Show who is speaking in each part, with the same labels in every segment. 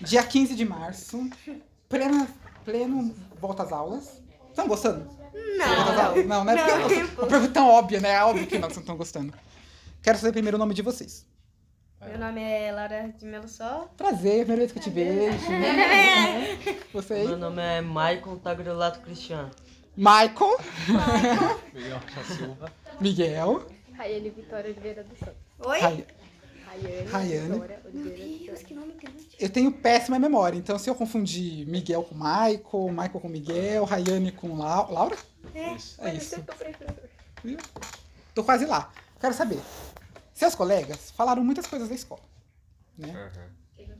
Speaker 1: Dia 15 de março, plena, pleno volta às aulas. Estão gostando? Volta às
Speaker 2: Não.
Speaker 1: aulas? Não, né? Porque
Speaker 2: Não,
Speaker 1: eu-
Speaker 2: tempo.
Speaker 1: Uma pergunta tão óbvia, né? É óbvio que nós não estão gostando. Quero saber primeiro o nome de vocês.
Speaker 2: Meu nome é Laura de Melo Sol.
Speaker 1: Prazer, é primeira vez que eu te vejo. né? Você aí?
Speaker 3: Meu nome é Maicon Tagrelato Cristiano.
Speaker 1: Michael,
Speaker 4: Miguel Rocha Silva.
Speaker 1: Miguel,
Speaker 5: Raiane Vitória Oliveira dos Santos.
Speaker 2: Oi?
Speaker 1: Rai-
Speaker 5: Raiane,
Speaker 1: Raiane.
Speaker 5: Vitória Oliveira dos Santos.
Speaker 2: que nome grande.
Speaker 1: Eu tenho péssima memória, então se eu confundir Miguel com Michael, Michael com Miguel, Rayane com Lau- Laura,
Speaker 4: Isso.
Speaker 1: é
Speaker 5: Mas
Speaker 1: isso.
Speaker 5: eu sempre comprei flor.
Speaker 1: Tô quase lá. Quero saber. Seus colegas falaram muitas coisas da escola. Né?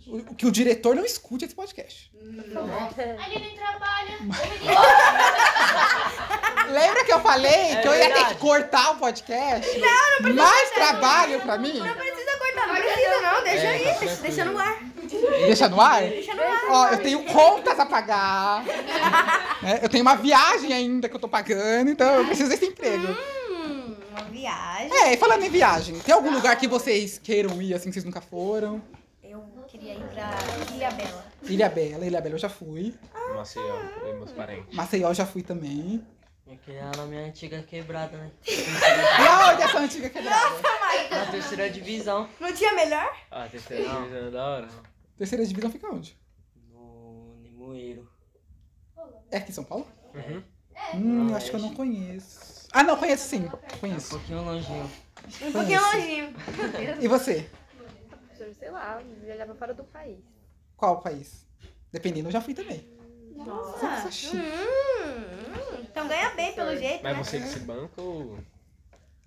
Speaker 1: O, o que o diretor não escute esse podcast.
Speaker 6: Ele nem trabalha.
Speaker 1: Lembra que eu falei
Speaker 3: É
Speaker 1: que eu ia ter
Speaker 3: verdade.
Speaker 1: que cortar o podcast? Não, não Mais trabalho pra mim?
Speaker 2: Não precisa cortar, não precisa não. Deixa
Speaker 4: É,
Speaker 2: aí,
Speaker 4: tá
Speaker 2: deixa-
Speaker 4: tranquilo.
Speaker 2: deixa no ar.
Speaker 1: Deixa no ar?
Speaker 2: Deixa no ar.
Speaker 1: Ó, eu tenho contas a pagar. né? Eu tenho uma viagem ainda que eu tô pagando, então eu preciso desse emprego.
Speaker 2: Hum, uma viagem.
Speaker 1: É, e falando em viagem, tem algum lugar que vocês queiram ir assim que vocês nunca foram?
Speaker 2: Eu queria ir pra Ilha Bela.
Speaker 1: Ilha Bela, Ilha Bela eu já fui.
Speaker 4: Maceió, eu e meus parentes.
Speaker 1: Maceió eu já fui também.
Speaker 3: Eu queria na minha antiga quebrada, né?
Speaker 1: E onde é essa antiga quebrada?
Speaker 3: Na terceira divisão.
Speaker 2: Não tinha melhor?
Speaker 4: Ah, terceira
Speaker 3: Não.
Speaker 4: divisão é da hora.
Speaker 1: Terceira divisão fica onde?
Speaker 3: No Limoeiro.
Speaker 1: É aqui em São Paulo?
Speaker 4: Uhum.
Speaker 1: Hum, acho que eu não conheço. Ah, não, conheço sim.
Speaker 3: Um
Speaker 1: Conheço.
Speaker 3: pouquinho longinho.
Speaker 2: Um pouquinho
Speaker 1: Conheço.
Speaker 2: longinho.
Speaker 1: E você?
Speaker 5: Professor, Sei lá, viajar pra fora do país.
Speaker 1: Qual país? Dependendo, eu já fui também.
Speaker 2: Nossa.
Speaker 1: Nossa, chique.
Speaker 2: Hum, hum. então ganha bem pelo jeito,
Speaker 4: Mas
Speaker 2: né?
Speaker 4: você que se banca ou.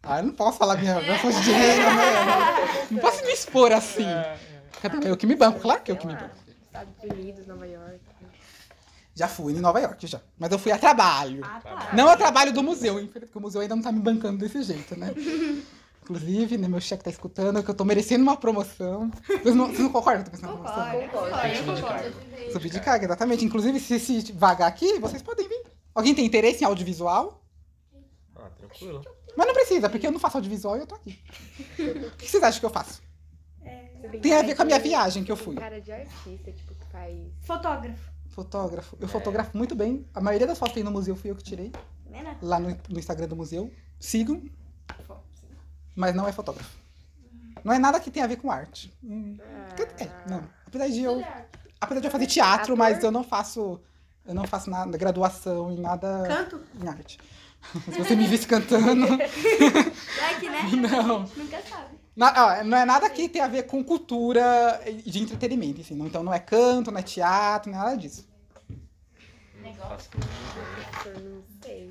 Speaker 1: Ah, eu não posso falar minha minha fonte de dinheiro, né? Não posso me expor assim.
Speaker 4: É.
Speaker 1: Eu que me banco, claro que eu que me banco.
Speaker 5: Estados Unidos, Nova York.
Speaker 1: Já fui em Nova York, já. Mas eu fui a trabalho.
Speaker 2: Ah, tá.
Speaker 1: Não a trabalho do museu, infelizmente, porque o museu ainda não tá me bancando desse jeito, né? Inclusive, né, meu chefe tá escutando que eu tô merecendo uma promoção. Vocês não, vocês não concordam que eu tô merecendo uma promoção?
Speaker 2: Concordo, concordo, concordo.
Speaker 1: Subir de carga, exatamente. Inclusive, se se vagar aqui, vocês podem vir. Alguém tem interesse em audiovisual?
Speaker 4: Ah, tranquilo.
Speaker 1: Mas não precisa, porque eu não faço audiovisual e eu tô aqui. O que vocês acham que eu faço?
Speaker 5: Você tem
Speaker 1: Tem a
Speaker 5: cara
Speaker 1: ver com a minha
Speaker 5: de-
Speaker 1: viagem que eu
Speaker 5: tem
Speaker 1: fui.
Speaker 5: Cara de artista, tipo, que faz.
Speaker 2: Fotógrafo.
Speaker 1: Fotógrafo. Eu fotografo muito bem. A maioria das fotos que tem no museu fui eu que tirei.
Speaker 2: Né, né?
Speaker 1: Lá no, no Instagram do museu. Sigam. Mas não é fotógrafo. Não é nada que tenha a ver com arte. Hum. É, não. Apesar de eu. Apesar de eu fazer teatro,
Speaker 5: Ator?
Speaker 1: mas eu não faço. Eu não faço nada, graduação em nada.
Speaker 2: Canto?
Speaker 1: em arte. Se você me visse cantando,
Speaker 2: Like, né?
Speaker 1: não.
Speaker 6: Nunca sabe.
Speaker 1: Na- ó, não é nada que tenha a ver com cultura e de entretenimento, assim. não- Então não é canto, não é teatro, não é nada disso.
Speaker 4: Negócio.
Speaker 5: Professor, não sei.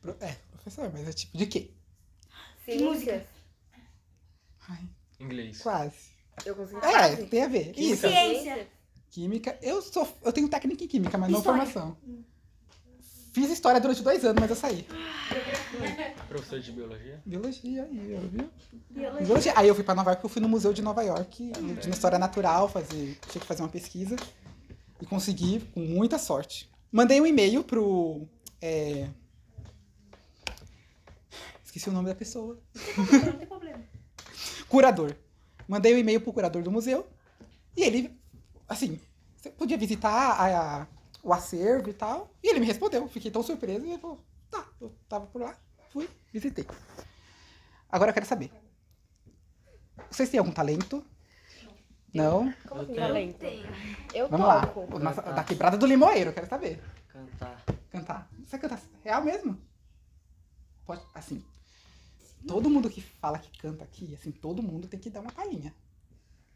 Speaker 1: Pro- É, professor, mas é tipo de quê?
Speaker 5: Ciências.
Speaker 1: Ai,
Speaker 4: Inglês.
Speaker 1: quase.
Speaker 5: Eu consigo
Speaker 1: É, tem a ver. Isso.
Speaker 2: Ciência.
Speaker 1: Química. Eu sou. Eu tenho técnica em química, mas não
Speaker 2: História.
Speaker 1: formação. Fiz história durante dois anos, mas eu saí.
Speaker 4: Professor de biologia?
Speaker 1: Biologia aí, ó, viu?
Speaker 2: Biologia.
Speaker 1: Biologia. Aí eu fui pra Nova York, eu fui no Museu de Nova York, de história natural, fazer, tinha que fazer uma pesquisa. E consegui, com muita sorte. Mandei um e-mail pro. é, Esqueci o nome da pessoa.
Speaker 2: Não tem problema.
Speaker 1: Curador. Mandei um e-mail pro curador do museu. E ele, assim, você podia visitar a- a- o acervo e tal. E ele me respondeu. Fiquei tão surpresa. E ele falou: tá, eu tava por lá, fui, visitei. Agora eu quero saber. Vocês têm algum talento? Não?
Speaker 5: Como assim,
Speaker 3: Eu tenho.
Speaker 5: talento? Eu
Speaker 1: Vamos lá.
Speaker 5: toco.
Speaker 1: Nossa, da quebrada do limoeiro, eu quero saber.
Speaker 3: Cantar.
Speaker 1: Cantar. Você canta real mesmo? Pode, assim. Todo mundo que fala que canta aqui, assim, todo mundo tem que dar uma palhinha.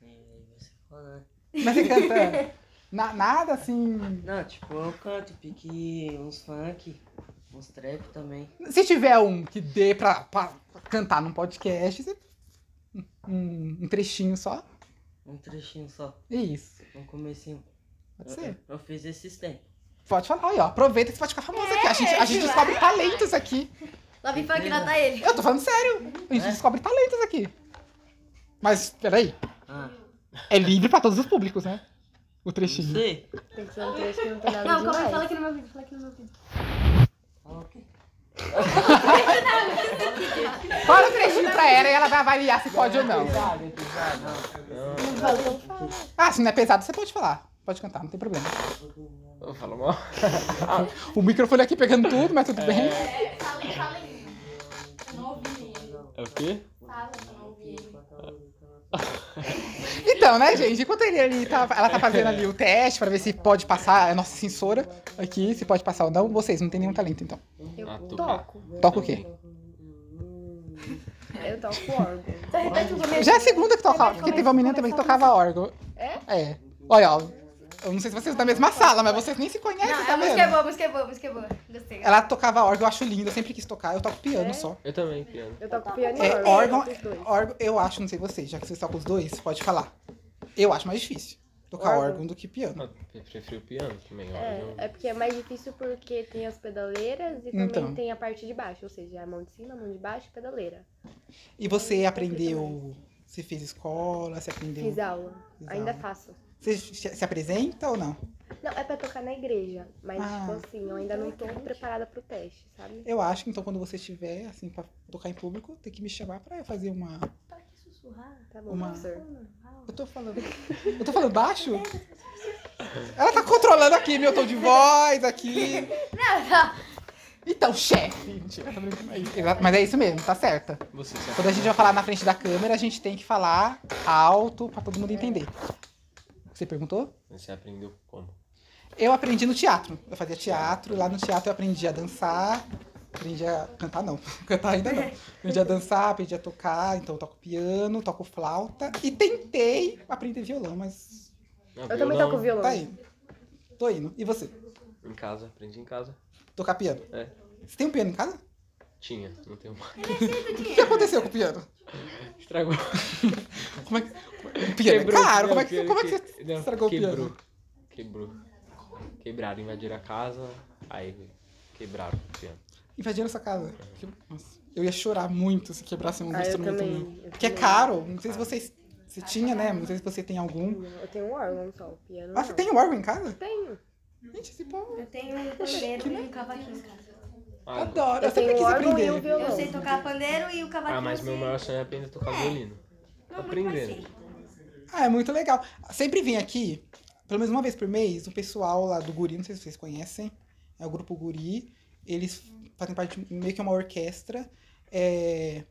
Speaker 3: E aí você fala, né?
Speaker 1: Mas você canta na- nada assim.
Speaker 3: Não, tipo, eu canto, pique uns funk, uns trap também.
Speaker 1: Se tiver um que dê pra, pra cantar num podcast, você- um, um trechinho só.
Speaker 3: Um trechinho só,
Speaker 1: É isso.
Speaker 3: um comecinho.
Speaker 1: Pode
Speaker 3: Eu-
Speaker 1: ser.
Speaker 3: Eu, eu fiz esses tempos.
Speaker 1: Pode falar. Aí, ó, aproveita que você pode ficar famoso aqui. A gente, a gente descobre talentos aqui.
Speaker 2: Lá vem pra gratar ele.
Speaker 1: Eu tô falando sério. A gente
Speaker 3: É?
Speaker 1: descobre talentos aqui. Mas, peraí.
Speaker 3: Ah,
Speaker 1: É livre pra todos os públicos, né? O trechinho.
Speaker 3: Você?
Speaker 5: Tem que ser um trecho que não tem nada
Speaker 6: Não, calma aí,
Speaker 5: demais.
Speaker 6: fala aqui no meu vídeo, fala aqui no meu vídeo.
Speaker 3: Fala o quê?
Speaker 1: Fala é o trechinho pra ela e ela vai avaliar se pode ou não.
Speaker 3: Pesado, é pesado. Não,
Speaker 5: Não falou, fala.
Speaker 1: Ah, se não é pesado, você pode falar. Pode cantar, não tem problema.
Speaker 4: Eu falo mal.
Speaker 1: O microfone aqui pegando tudo, mas tudo bem.
Speaker 6: É, fala aí, fala aí. Eu não ouvi ele.
Speaker 4: É o quê?
Speaker 6: Fala, eu não ouvi ele.
Speaker 1: Então, né, gente? Enquanto ele ali tá, ela tá fazendo ali o teste pra ver se pode passar, a nossa censora aqui, se pode passar ou não. Vocês não tem nenhum talento, então.
Speaker 4: Ah,
Speaker 5: Eu
Speaker 4: tu-
Speaker 5: toco.
Speaker 1: Toca o quê?
Speaker 5: Eu toco órgão.
Speaker 2: Então, repete o começo.
Speaker 1: Já é a segunda que toca, porque teve uma menina também que tocava órgão.
Speaker 5: É?
Speaker 1: É. Olha, ó. Eu não sei se vocês estão na mesma sala, mas vocês nem se conhecem,
Speaker 2: Não,
Speaker 1: tá
Speaker 2: a música é
Speaker 1: vendo?
Speaker 2: boa, a música é boa, a música é boa. Gostei.
Speaker 1: Ela tocava órgão, eu acho lindo, eu sempre quis tocar. Eu toco piano
Speaker 5: É?
Speaker 1: só.
Speaker 4: Eu também, piano.
Speaker 5: Eu toco piano e
Speaker 1: É,
Speaker 5: órgão.
Speaker 1: órgão-
Speaker 5: eu toco os dois.
Speaker 1: Órgão, eu acho, não sei vocês, já que vocês tocam os dois, pode falar. Eu acho mais difícil tocar
Speaker 5: Órgão.
Speaker 1: órgão do que piano.
Speaker 4: Ah, eu prefiro o piano também, ó.
Speaker 5: É, é porque é mais difícil porque tem as pedaleiras e também
Speaker 1: Então.
Speaker 5: tem a parte de baixo, ou seja, a mão de cima, a mão de baixo e pedaleira.
Speaker 1: E você aprendeu. Você fez escola, você aprendeu.
Speaker 5: Fiz aula,
Speaker 1: fiz
Speaker 5: ainda
Speaker 1: aula.
Speaker 5: faço.
Speaker 1: Você se se apresenta ou não?
Speaker 5: Não, é pra tocar na igreja, mas
Speaker 1: Ah.
Speaker 5: tipo assim, eu ainda não tô preparada pro teste, sabe?
Speaker 1: Eu acho, então quando você estiver, assim, pra tocar em público, tem que me chamar pra eu fazer uma.
Speaker 6: Para que sussurrar?
Speaker 5: Tá bom,
Speaker 1: Uma-
Speaker 5: professor.
Speaker 1: Eu tô falando. Eu tô falando baixo? Ela tá controlando aqui meu tom de voz, aqui. Então, chefe! Mentira, tá brincando aí. Exato, Mas é isso mesmo, tá certa.
Speaker 4: Você sabe.
Speaker 1: Quando a gente vai falar na frente da câmera, a gente tem que falar alto pra todo mundo entender. Você perguntou?
Speaker 4: Você aprendeu como?
Speaker 1: Eu aprendi no teatro. Eu fazia teatro, lá no teatro eu aprendi a dançar, aprendi a cantar não, cantar ainda não. Aprendi a dançar, aprendi a tocar, então eu toco piano, toco flauta e tentei aprender violão, mas
Speaker 4: Ah,
Speaker 5: Eu também toco violão.
Speaker 1: tá indo. Tô indo. E você?
Speaker 4: Em casa, aprendi em casa.
Speaker 1: Tocar piano?
Speaker 4: É.
Speaker 1: Você tem um piano em casa?
Speaker 4: Tinha, não tenho mais.
Speaker 1: O que aconteceu com o piano?
Speaker 4: Estragou.
Speaker 1: Como é que... O piano é caro, como é que, como é que você
Speaker 4: Não,
Speaker 1: estragou o
Speaker 4: quebrou.
Speaker 1: piano?
Speaker 4: Quebrou. Quebraram, invadiram a casa, aí quebraram o piano.
Speaker 1: Invadiram essa casa. Que- Nossa, eu ia chorar muito se quebrasse um
Speaker 5: Ah, eu
Speaker 1: instrumento
Speaker 5: também.
Speaker 1: meu.
Speaker 5: eu
Speaker 1: Porque é
Speaker 5: também.
Speaker 1: caro, não sei se vocês... Você tinha, né? Não sei se você tem algum.
Speaker 5: Eu tenho um órgão só, o piano.
Speaker 1: Ah, você
Speaker 5: não.
Speaker 1: tem um órgão em casa?
Speaker 5: Tenho.
Speaker 1: Gente, esse povo
Speaker 2: Eu tenho um pandeiro e um cavaquinho.
Speaker 4: Ah,
Speaker 1: adora. Eu
Speaker 5: Eu tenho
Speaker 1: sempre
Speaker 5: um
Speaker 1: quis
Speaker 5: órgão e um
Speaker 1: aprender.
Speaker 5: violão.
Speaker 2: Eu sei tocar pandeiro e o cavaquinho.
Speaker 4: ah, mas
Speaker 2: eu
Speaker 4: meu
Speaker 2: sei-
Speaker 4: maior sonho é aprender a tocar violino.
Speaker 2: Não, não
Speaker 4: Aprendendo.
Speaker 2: passei.
Speaker 1: Ah, é muito legal. Sempre vem aqui, pelo menos uma vez por mês, o pessoal lá do Guri, não sei se vocês conhecem, é o grupo Guri. Eles fazem parte de meio que uma orquestra. É...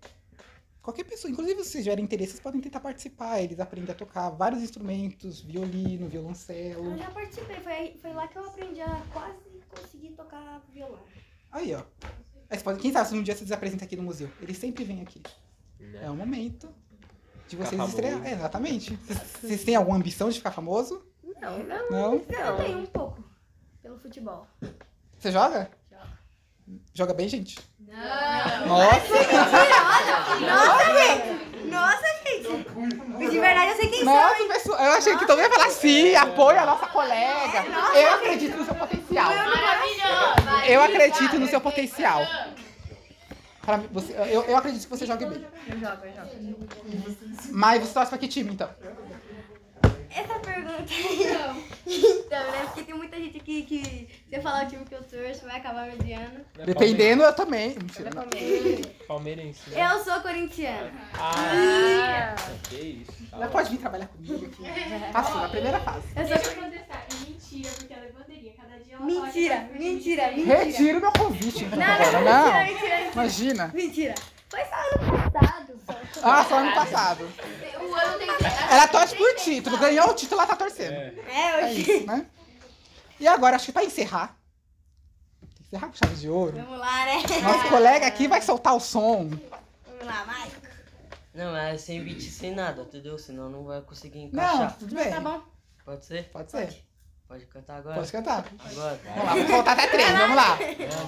Speaker 1: Qualquer pessoa, inclusive se vocês tiverem interesse, vocês podem tentar participar. Eles aprendem a tocar vários instrumentos, violino,
Speaker 6: Eu
Speaker 1: violoncelo.
Speaker 6: já participei, foi, aí- foi lá que eu aprendi a quase conseguir tocar violão.
Speaker 1: Aí, ó. Aí você pode, quem sabe se um dia você desapresenta aqui no museu. Eles sempre vêm aqui.
Speaker 4: Né?
Speaker 1: É o momento de vocês
Speaker 4: famoso.
Speaker 1: estrear. É, exatamente. Vocês- Vocês têm alguma ambição de ficar famoso?
Speaker 5: Não, não.
Speaker 1: Não?
Speaker 6: Eu tenho um pouco pelo futebol.
Speaker 1: Você joga? Joga bem, gente?
Speaker 6: Não!
Speaker 1: Nossa!
Speaker 2: Nossa, gente! De verdade, eu sei quem são.
Speaker 1: Nossa, pessoal! Eu achei que todo mundo ia falar assim, apoia a nossa colega.
Speaker 2: É,
Speaker 1: Eu acredito no seu potencial.
Speaker 6: Maravilhoso!
Speaker 1: Eu acredito no seu potencial. Pra mim, você- eu, eu acredito que você joga bem.
Speaker 2: Eu jogo, eu jogo.
Speaker 1: Mas você torce pra que time, então?
Speaker 6: Essa pergunta
Speaker 2: Então, né? Porque tem muita gente aqui que se eu falar o time que eu torço, vai acabar me odiando.
Speaker 4: Não é
Speaker 1: Dependendo, eu também. Mentira, não.
Speaker 4: palmeirense- Palmeirense. né?
Speaker 2: Eu sou corintiana.
Speaker 4: Ah, que isso. tá
Speaker 1: Ela pode vir trabalhar comigo aqui. Passou Assim, na primeira fase.
Speaker 2: Eu sou
Speaker 6: Deixa eu contestar. Mentira, porque ela é bandeirinha. Cada dia ela fala que
Speaker 2: Mentira,
Speaker 6: tá com o time
Speaker 2: mentira,
Speaker 6: diferente.
Speaker 2: mentira.
Speaker 1: Retiro meu convite, então,
Speaker 2: Não,
Speaker 1: agora.
Speaker 2: não,
Speaker 1: Não,
Speaker 2: mentira, mentira,
Speaker 1: imagina.
Speaker 2: mentira.
Speaker 1: Ah, só ano passado.
Speaker 6: O ano tem que
Speaker 1: Ela torce por título, ganhou o título, ela tá torcendo.
Speaker 4: É.
Speaker 2: É,
Speaker 1: É
Speaker 2: hoje.
Speaker 1: isso, né? E agora, acho que pra encerrar. Tem que encerrar com chave de ouro.
Speaker 2: Vamos lá, né?
Speaker 1: Nosso colega aqui vai soltar o som.
Speaker 2: Vamos lá, vai.
Speaker 3: Não, é sem beat, sem nada, entendeu? Senão não vai conseguir
Speaker 1: Não,
Speaker 3: encaixar.
Speaker 1: tudo bem.
Speaker 2: Tá bom.
Speaker 3: Pode ser?
Speaker 1: Pode ser.
Speaker 3: Pode cantar agora?
Speaker 1: Pode cantar.
Speaker 3: Agora.
Speaker 1: Vamos lá, vamos soltar até três, vamos lá.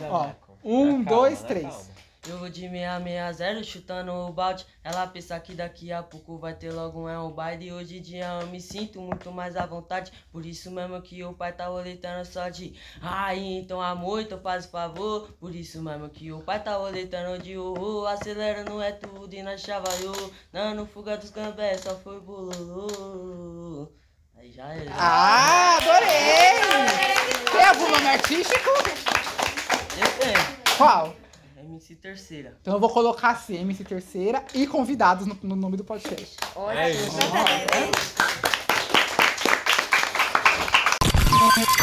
Speaker 1: Ó,
Speaker 4: Tá
Speaker 1: um, dois,
Speaker 4: né?
Speaker 1: três.
Speaker 3: Jogo de 660 chutando o balde. Ela pensa que daqui a pouco vai ter logo um é um baile. E hoje em dia eu me sinto muito mais à vontade. Por isso mesmo que o pai tá roletando só de. Ai, então amor, então faz o favor. Por isso mesmo que o pai tá roletando de horror. Acelera, não é tudo e na chavaiô. Não, no fuga dos gambé, só foi bololô. É Aí já era.
Speaker 1: Ah, adorei! Tem algum nome artístico?
Speaker 3: Eu tenho.
Speaker 1: Qual?
Speaker 3: MC Terceira.
Speaker 1: Então eu vou colocar assim, MC Terceira e convidados no, no nome do podcast.
Speaker 4: É isso.
Speaker 2: Nossa, é, né?